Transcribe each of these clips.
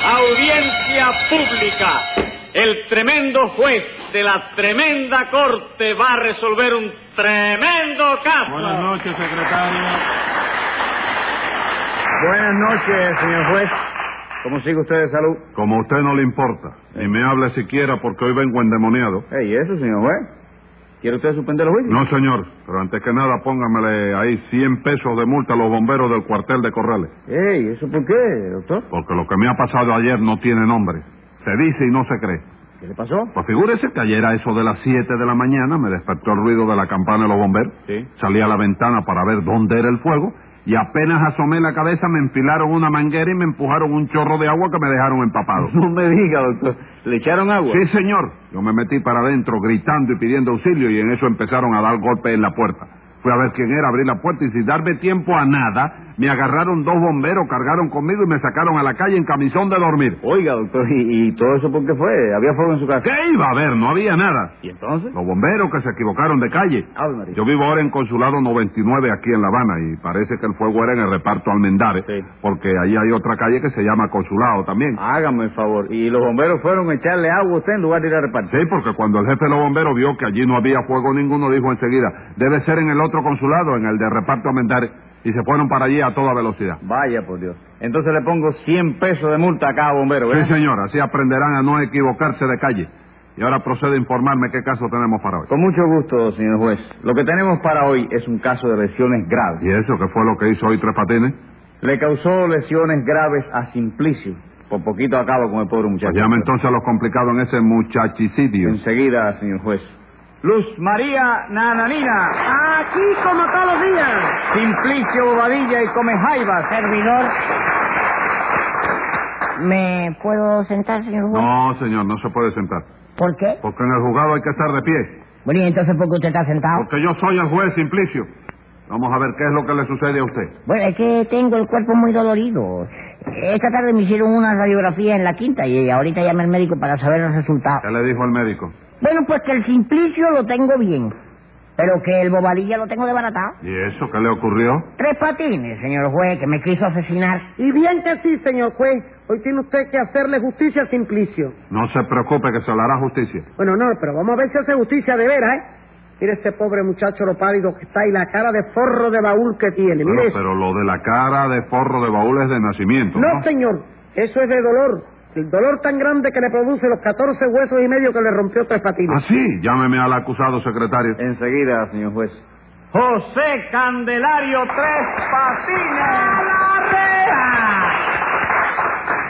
audiencia pública. El tremendo juez de la tremenda corte va a resolver un tremendo caso. Buenas noches, secretario. Buenas noches, señor juez. ¿Cómo sigue usted de salud? Como a usted no le importa, ni me hable siquiera porque hoy vengo endemoniado. Ey, eso, señor juez. ¿Quiere usted suspender el juicio? No, señor, pero antes que nada póngamele ahí 100 pesos de multa a los bomberos del cuartel de Corrales. Ey, ¿eso por qué, doctor? Porque lo que me ha pasado ayer no tiene nombre. Se dice y no se cree. ¿Qué le pasó? Pues figúrese que ayer a eso de las 7 de la mañana me despertó el ruido de la campana de los bomberos. Sí. Salí a la ventana para ver dónde era el fuego y apenas asomé la cabeza me enfilaron una manguera y me empujaron un chorro de agua que me dejaron empapado. No me diga, doctor. ¿Le echaron agua? Sí, señor. Yo me metí para adentro gritando y pidiendo auxilio y en eso empezaron a dar golpes en la puerta. Fui a ver quién era, abrí la puerta y sin darme tiempo a nada, me agarraron dos bomberos, cargaron conmigo y me sacaron a la calle en camisón de dormir. Oiga, doctor, ¿y, y todo eso por qué fue? ¿Había fuego en su casa? ¿Qué iba a haber? No había nada. ¿Y entonces? Los bomberos que se equivocaron de calle. Ave María. Yo vivo ahora en Consulado 99 aquí en La Habana y parece que el fuego era en el reparto Almendares, Sí. porque ahí hay otra calle que se llama Consulado también. Ah. Hágame el favor. ¿Y los bomberos fueron a echarle agua a usted en lugar de ir a repartir? Sí, porque cuando el jefe de los bomberos vio que allí no había fuego ninguno, dijo enseguida, debe ser en el otro consulado, en el de reparto Almendares, y se fueron para allí a toda velocidad. Vaya, por Dios. Entonces le pongo 100 pesos de multa a cada bombero, ¿verdad? Sí, señor, así aprenderán a no equivocarse de calle. Y ahora procede a informarme qué caso tenemos para hoy. Con mucho gusto, señor juez. Lo que tenemos para hoy es un caso de lesiones graves. ¿Y eso qué fue lo que hizo hoy Tres Patines? Le causó lesiones graves a Simplicio. Por poquito acabo con el pobre muchacho. Pues llame entonces a los complicados en ese muchachicidio. Enseguida, señor juez. Luz María Nananina, Aquí como todos los días. Simplicio Bobadilla y Comejaivas. Servidor. ¿Me puedo sentar, señor juez? No, señor, no se puede sentar. ¿Por qué? Porque en el juzgado hay que estar de pie. Bueno, ¿y entonces por qué usted está Ah. sentado? Porque yo soy el juez Simplicio. Vamos a ver qué es lo que le sucede a usted. Bueno, es que tengo el cuerpo muy dolorido. Esta tarde me hicieron una radiografía en la quinta y ahorita llamé al médico para saber los resultados. ¿Qué le dijo el médico? Bueno, pues que el simplicio lo tengo bien, pero que el bobadilla lo tengo desbaratado. ¿Y eso qué le ocurrió? Tres patines, señor juez, que me quiso asesinar. Y bien que sí, señor juez. Hoy tiene usted que hacerle justicia a Simplicio. No se preocupe que se le hará justicia. Bueno, no, pero vamos a ver si hace justicia de veras, ¿eh? Mire este pobre muchacho lo pálido que está y la cara de forro de baúl que tiene. Mire Bueno, eso. pero lo de la cara de forro de baúl es de nacimiento, ¿no? No, señor. Eso es de dolor. El dolor tan grande que le produce los 14 huesos y medio que le rompió tres patines. Ah, sí, llámeme al acusado, secretario. Eh. Enseguida, señor juez. José Candelario Tres Patines.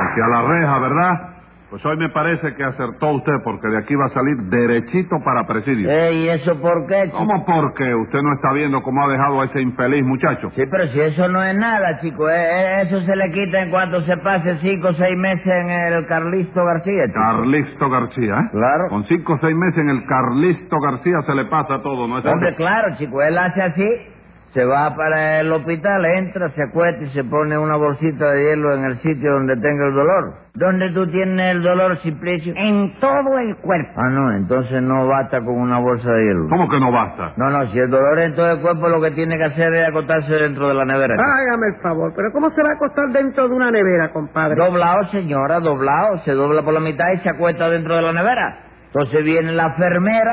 Aquí a la reja, ¿verdad? Pues hoy me parece que acertó usted, porque de aquí va a salir derechito para presidio. Eh. ¿Y eso por qué? chico? ¿Cómo porque usted no está viendo cómo ha dejado a ese infeliz muchacho? Sí, pero si eso no es nada, chico. eh, eh, Eso se le quita en cuanto se pase cinco o seis meses en el Carlisto García, chico. Carlisto García, ¿eh? Claro. Con cinco o seis meses en el Carlisto García se le pasa todo, ¿no es así? Hombre, claro, chico. Él hace así, se va para el hospital, entra, se acuesta y se pone una bolsita de hielo en el sitio donde tenga el dolor. ¿Dónde tú tienes el dolor, Simplicio? En todo el cuerpo. Ah, no, entonces no basta con una bolsa de hielo. ¿Cómo que no basta? No, no, si el dolor es en todo el cuerpo, lo que tiene que hacer es acotarse dentro de la nevera. chico. Hágame el favor, pero ¿cómo se va a acostar dentro de una nevera, compadre? Doblado, señora, doblado. Se dobla por la mitad y se acuesta dentro de la nevera. Entonces viene la enfermera,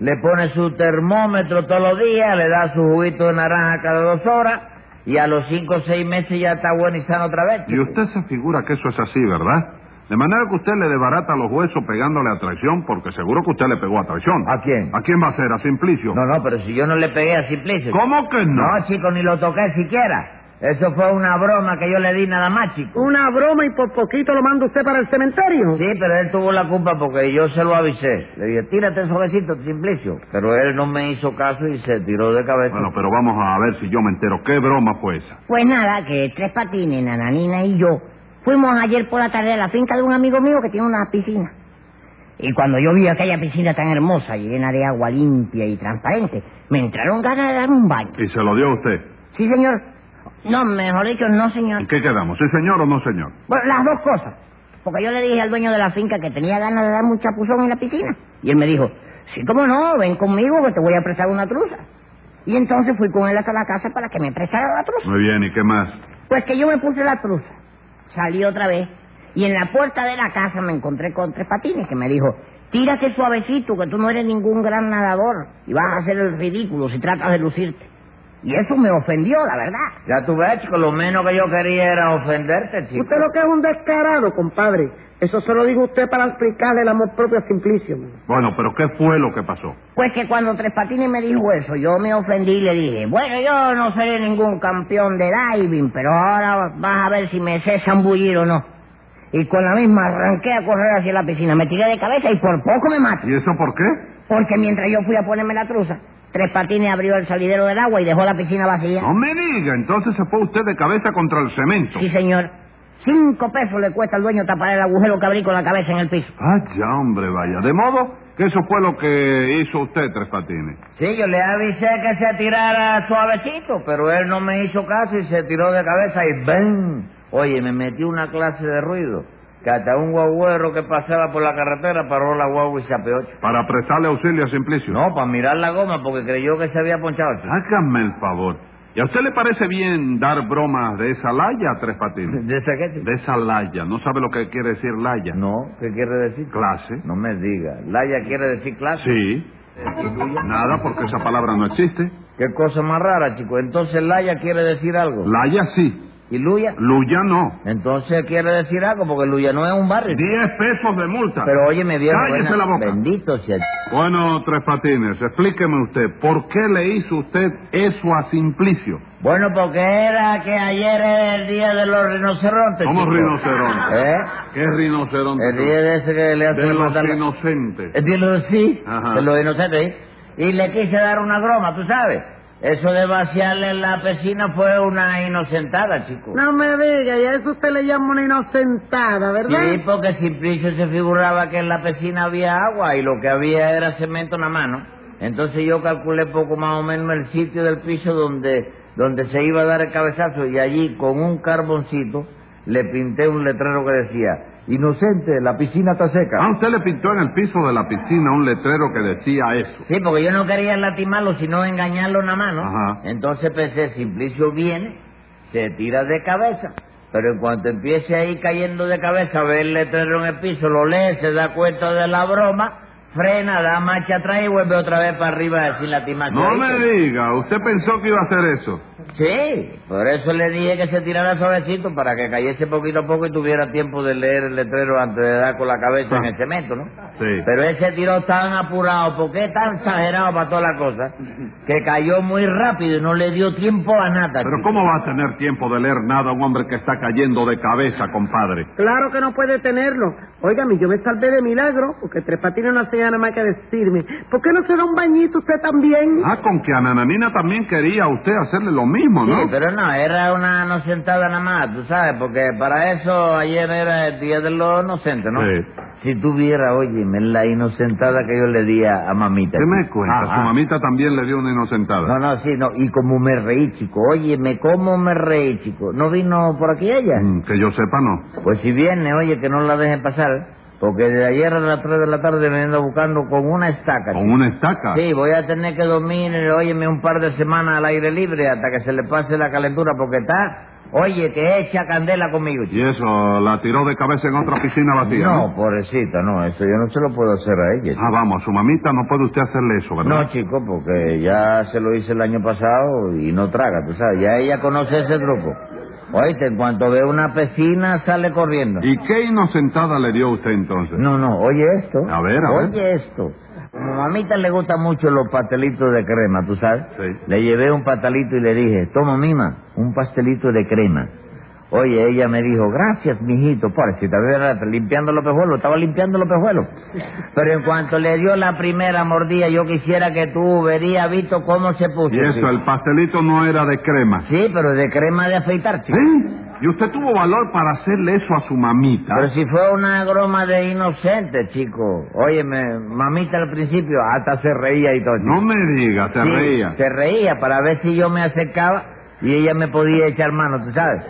le pone su termómetro todos los días, le da su juguito de naranja cada dos horas y a los cinco o seis meses ya está bueno y sano otra vez. Y chico. usted se figura que eso es así, ¿verdad? De manera que usted le desbarata los huesos pegándole a traición, porque seguro que usted le pegó a traición. ¿A quién? ¿A quién va a ser? ¿A Simplicio? No, no, pero si yo no le pegué a Simplicio. ¿Cómo que no? No, chico, ni lo toqué siquiera. Eso fue una broma que yo le di nada más, Uh. chico. Una broma y por poquito lo manda usted para el cementerio. Sí, pero él tuvo la culpa porque yo se lo avisé. Le dije, tírate suavecito, Simplicio. Pero él no me hizo caso y se tiró de cabeza. Bueno, pero vamos a ver si yo me entero. ¿Qué broma fue esa? Pues nada, que Tres Patines, Nananina y yo fuimos ayer por la tarde a la finca de un amigo mío que tiene una piscina. Y cuando yo vi aquella piscina tan hermosa, llena de agua limpia y transparente, me entraron ganas de dar un baño. Y se lo dio a usted. Sí, señor. No, mejor dicho, no, señor. ¿En qué quedamos? ¿Sí, señor o no, señor? Bueno, las dos cosas. Porque yo le dije al dueño de la finca que tenía ganas de dar un chapuzón en la piscina. Y él me dijo, sí, cómo no, ven conmigo que te voy a prestar una truza. Y entonces fui con él hasta la casa para que me prestara la truza. Muy bien, ¿y qué más? Pues que yo me puse la truza. Salí otra vez. Y en la puerta de la casa me encontré con Tres Patines que me dijo, tírate suavecito, que tú no eres ningún gran nadador y vas a hacer el ridículo si tratas de lucirte. Y eso me ofendió, la verdad. Ya tú ves, chico, lo menos que yo quería era ofenderte, chico. Usted lo que es un descarado, compadre. Eso se lo digo a usted para explicarle el amor propio a Simplicio. mano. Bueno, pero ¿qué fue lo que pasó? Pues que cuando Tres Patines me dijo eso, yo me ofendí y le dije, bueno, yo no seré ningún campeón de diving, pero ahora vas a ver si me sé zambullir o no. Y con la misma arranqué a correr hacia la piscina, me tiré de cabeza y por poco me mato. ¿Y eso por qué? Porque mientras yo fui a ponerme la truza, Tres Patines abrió el salidero del agua y dejó la piscina vacía. No me diga, entonces se fue usted de cabeza contra el cemento. Sí, señor. Cinco pesos le cuesta al dueño tapar el agujero que abrí con la cabeza en el piso. Vaya, hombre, vaya. De modo que eso fue lo que hizo usted, Tres Patines. Sí, yo le avisé que se tirara suavecito, pero él no me hizo caso y se tiró de cabeza y ¡ven! Oye, me metí una clase de ruido, que hasta un guagüero que pasaba por la carretera paró la guagua y se apeó. chico. Para prestarle auxilio a Simplicio. No, para mirar la goma, porque creyó que se había ponchado. chico. Hágame el favor. ¿Y a usted le parece bien dar bromas de esa laya, Tres Patines? ¿De ese qué? chico? De esa laya. ¿No sabe lo que quiere decir laya? No, ¿qué quiere decir? Clase. No me diga. ¿Laya quiere decir clase? Sí. Nada, porque esa palabra no existe. Qué cosa más rara, chico. Entonces Laya quiere decir algo. Laya sí. ¿Y Luya? Luya no. Entonces quiere decir algo, porque Luya no es un barrio. chico. Diez pesos de multa. Pero oye, me vieron. Ah. Cállese la boca. Bendito sea. Bueno, Tres Patines, explíqueme usted, ¿por qué le hizo usted eso a Simplicio? Bueno, porque era que ayer era el día de los rinocerontes. Somos chico. rinocerontes. ¿Eh? ¿Qué rinoceronte? El día de ese que le hacen de los matar la- inocentes. El día de los sí, Ajá. de los inocentes. ¿eh? Y le quise dar una broma, tú sabes. Eso de vaciarle la piscina fue una inocentada, chico. No me diga, y a eso usted le llama una inocentada, ¿verdad? Sí, porque Simplicio se figuraba que en la piscina había agua y lo que había era cemento en la mano. Entonces yo calculé poco más o menos el sitio del piso donde, donde se iba a dar el cabezazo y allí con un carboncito le pinté un letrero que decía, inocente, la piscina está seca. Ah, usted le pintó en el piso de la piscina un letrero que decía eso. Sí, porque yo no quería latimarlo, sino engañarlo nada más, ¿no? Ajá. Entonces pensé, Simplicio viene, se tira de cabeza, pero en cuanto empiece ahí cayendo de cabeza, ve el letrero en el piso, lo lee, se da cuenta de la broma, frena, da marcha atrás y vuelve otra vez para arriba a decir latimarse. No me ¿Oíste? diga, usted pensó que iba a hacer eso. Sí, por eso le dije que se tirara suavecito para que cayese poquito a poco y tuviera tiempo de leer el letrero antes de dar con la cabeza en el cemento, ¿no? Sí. Pero ese tiró tan apurado, porque es tan exagerado para toda la cosa, que cayó muy rápido y no le dio tiempo a nada. Pero chico. ¿cómo va a tener tiempo de leer nada a un hombre que está cayendo de cabeza, compadre? Claro que no puede tenerlo. Óigame, yo me salvé de milagro porque Tres Patines no hacía nada más que decirme. ¿Por qué no se da un bañito usted también? Ah, con que a Nananina también quería usted hacerle lo mismo, Sí, ¿no? pero no, era una inocentada nada más, tú sabes, porque para eso ayer era el día de los inocentes, ¿no? Sí. Si tuviera, óyeme, la inocentada que yo le di a, a mamita. ¿Qué me chico. cuenta? Ajá. Su mamita también le dio una No, inocentada. Ah, no, sí, no, y como me reí, chico, óyeme, cómo me reí, chico. ¿No vino por aquí ella? Mm, Que yo sepa, no. Pues si viene, oye, que no la dejen pasar, porque de ayer a las 3 de la tarde me ando buscando con una estaca. Con chico. una estaca. Sí, voy a tener que dormir, óyeme, un par de semanas al aire libre hasta que se le pase la calentura, porque está, oye, que echa candela conmigo. chico. Y eso, la tiró de cabeza en otra piscina vacía. No, pobrecita, no, eso yo no se lo puedo hacer a ella. chico. Ah, vamos, a su mamita no puede usted hacerle eso, ¿verdad? No, chico, porque ya se lo hice el año pasado y no traga, tú sabes, ya ella conoce ese truco. Oíste, en cuanto ve una piscina sale corriendo. ¿Y qué inocentada le dio usted entonces? No, no, oye esto. A ver, a ver. Oye esto. Como a mamita le gustan mucho los pastelitos de crema, ¿tú sabes? Sí. Le llevé un pastelito y le dije, toma, mima, un pastelito de crema. Oye, ella me dijo, gracias, mijito, pobrecita, estaba limpiando los pejuelos, estaba limpiando los pejuelos. Pero en cuanto le dio la primera mordida, yo quisiera que tú verías, Vito, cómo se puso. Y eso, chico. el pastelito no era de crema. Sí, pero de crema de afeitar, chico. ¿Eh? ¿Y usted tuvo valor para hacerle eso a su mamita? Pero si fue una broma de inocente, chico. Óyeme, mamita al principio hasta se reía y todo. chico. No me diga, se Sí, reía. Se reía para ver si yo me acercaba y ella me podía echar mano, tú sabes.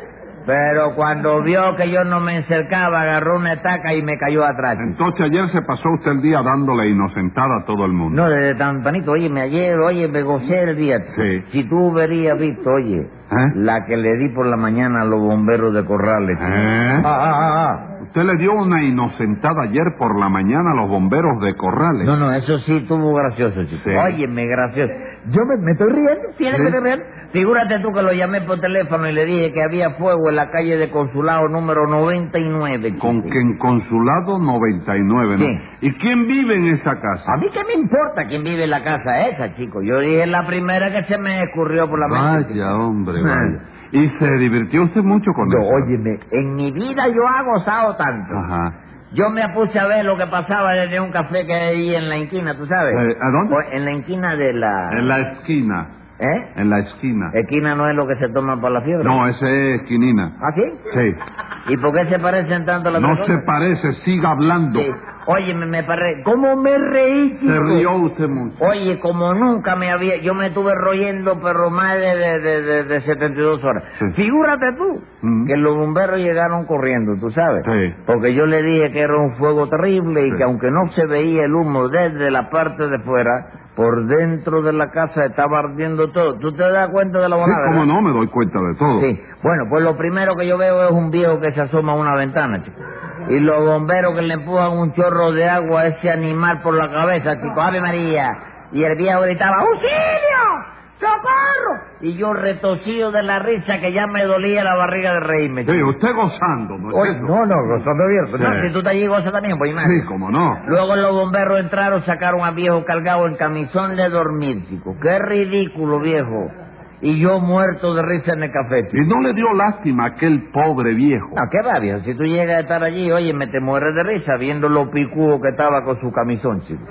Pero cuando vio que yo no me acercaba, agarró una estaca y me cayó atrás. chico. Entonces ayer se pasó usted el día dándole inocentada a todo el mundo. No, desde tan panito, oye, me ayer, oye, me gocé el día. chico. Sí. Si tú verías, visto, oye, ¿Eh? la que le di por la mañana a los bomberos de Corrales. chico. ¿Eh? Ah, ah, ah, ah. Usted le dio una inocentada ayer por la mañana a los bomberos de Corrales. No, no, eso sí estuvo gracioso, chico. Sí. Óyeme, gracioso. Yo me, me estoy riendo, Sí. fíjate que me estoy riendo. Figúrate tú que lo llamé por teléfono y le dije que había fuego en la calle de Consulado número 99. chico. Con que en Consulado 99, ¿no? Sí. ¿Y quién vive en esa casa? A mí qué me importa quién vive en la casa esa, chico. Yo dije la primera que se me escurrió por la mente. chico. Vaya, Eh. hombre, vaya. ¿Y se divirtió usted mucho con Yo, eso? óyeme, en mi vida yo ha gozado tanto. Ajá. Yo me puse a ver lo que pasaba desde un café que hay ahí en la esquina, ¿tú sabes? Eh, ¿a dónde? O- En la esquina de la... En la esquina, ¿Eh? en la esquina. Esquina no es lo que se toma por la fiebre. No, ese es quinina. ¿Ah, sí? Sí. ¿Y por qué se parecen tanto las No dos se cosas? parece, siga hablando. Sí. Oye, me, me parece... ¿Cómo me reí, chico? Se rió usted mucho. Oye, como nunca me había... Yo me estuve royendo, pero más de, de, de, de- de 72 horas. Sí. Figúrate tú Mm. que los bomberos llegaron corriendo, tú sabes. Sí. Porque yo le dije que era un fuego terrible y Sí. que aunque no se veía el humo desde la parte de fuera, por dentro de la casa estaba ardiendo todo. ¿Tú te das cuenta de la Sí, bonada? cómo no, me doy cuenta de todo. Sí, bueno, pues lo primero que yo veo es un viejo que se asoma a una ventana, chico. Y los bomberos que le empujan un chorro de agua a ese animal por la cabeza, chico. ¡Ave María! Y el viejo gritaba, ¡Auxilio! ¡Socorro! Y yo retocío de la risa que ya me dolía la barriga de reírme, Sí, chico. usted gozando, ¿no es Oye, eso? no, no, gozando bien. pero Sí. No, si tú te allí gozas también, pues imagínate. Sí, cómo no. Luego los bomberos entraron, sacaron a viejo cargado en camisón de dormir, chico. ¡Qué ridículo, viejo! Y yo muerto de risa en el café, chico. Y no le dio lástima a aquel pobre viejo. No, qué rabia. Si tú llegas a estar allí, óyeme, te mueres de risa viendo lo picudo que estaba con su camisón, chico.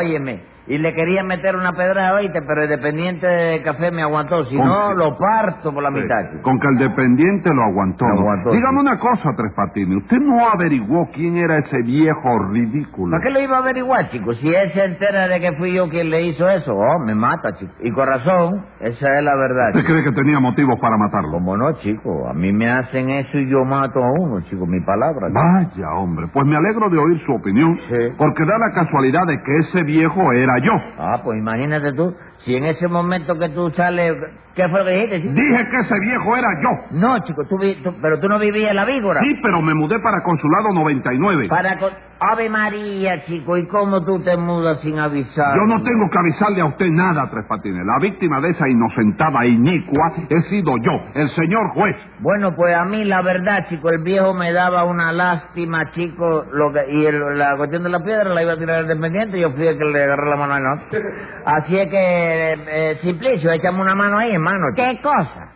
Óyeme, y le quería meter una pedrada, oíste, pero el dependiente de café me aguantó. Si Con- no, lo parto por la Sí, mitad, chico. Con que el dependiente lo aguantó. Lo ¿no? aguantó, Dígame sí. una cosa, Tres Patines. ¿Usted no averiguó quién era ese viejo ridículo? ¿Para qué lo iba a averiguar, chico? Si él se entera de que fui yo quien le hizo eso, oh, me mata, chico. Y con razón, esa es la verdad, ¿Usted chico. cree que tenía motivos para matarlo? Como no, chico, a mí me hacen eso y yo mato a uno, chico, mi palabra. chico. Vaya, hombre. Pues me alegro de oír su opinión. Sí. Porque da la casualidad de que ese viejo era yo. Ah, pues imagínate tú, si en ese momento que tú sales, ¿qué fue lo que dijiste, chico? Dije que ese viejo era yo. No, chico, tú, vi- tú- pero tú no vivías en la víbora. Sí, pero me mudé para Consulado 99. Para con- Ave María, chico, ¿y cómo tú te mudas sin avisar? Yo no tengo que avisarle a usted nada, Tres Patines. La víctima de esa inocentada inicua he sido yo, el señor juez. Bueno, pues a mí la verdad, chico, el viejo me daba una lástima, chico, lo que... y el- la cuestión de la piedra la iba a tirar al dependiente, yo fui el que le agarré la mano a no. Así es que, eh, eh, Simplicio, échame una mano ahí, hermano. chico. ¿Qué cosa?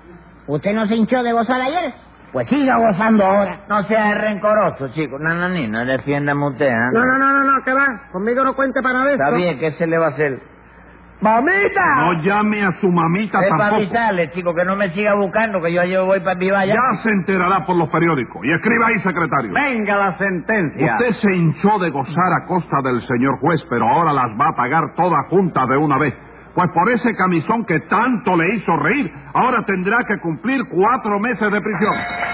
¿Usted no se hinchó de gozar ayer? Pues siga gozando ahora. No seas rencoroso, chico. Nananina, defiéndame usted, ¿eh? No, no, no, no, no, que va. Conmigo no cuente para esto. Está bien, ¿qué se le va a hacer? ¡Mamita! Ah. No llame a su mamita Es para tampoco. avisarle, chico, que no me siga buscando, que yo, yo voy para mi valla. Ya se enterará por los periódicos. Y escriba ahí, secretario. Venga la sentencia. Usted se hinchó de gozar a costa del señor juez, pero ahora las va a pagar todas juntas de una vez. Pues por ese camisón que tanto le hizo reír, ahora tendrá que cumplir cuatro meses de prisión.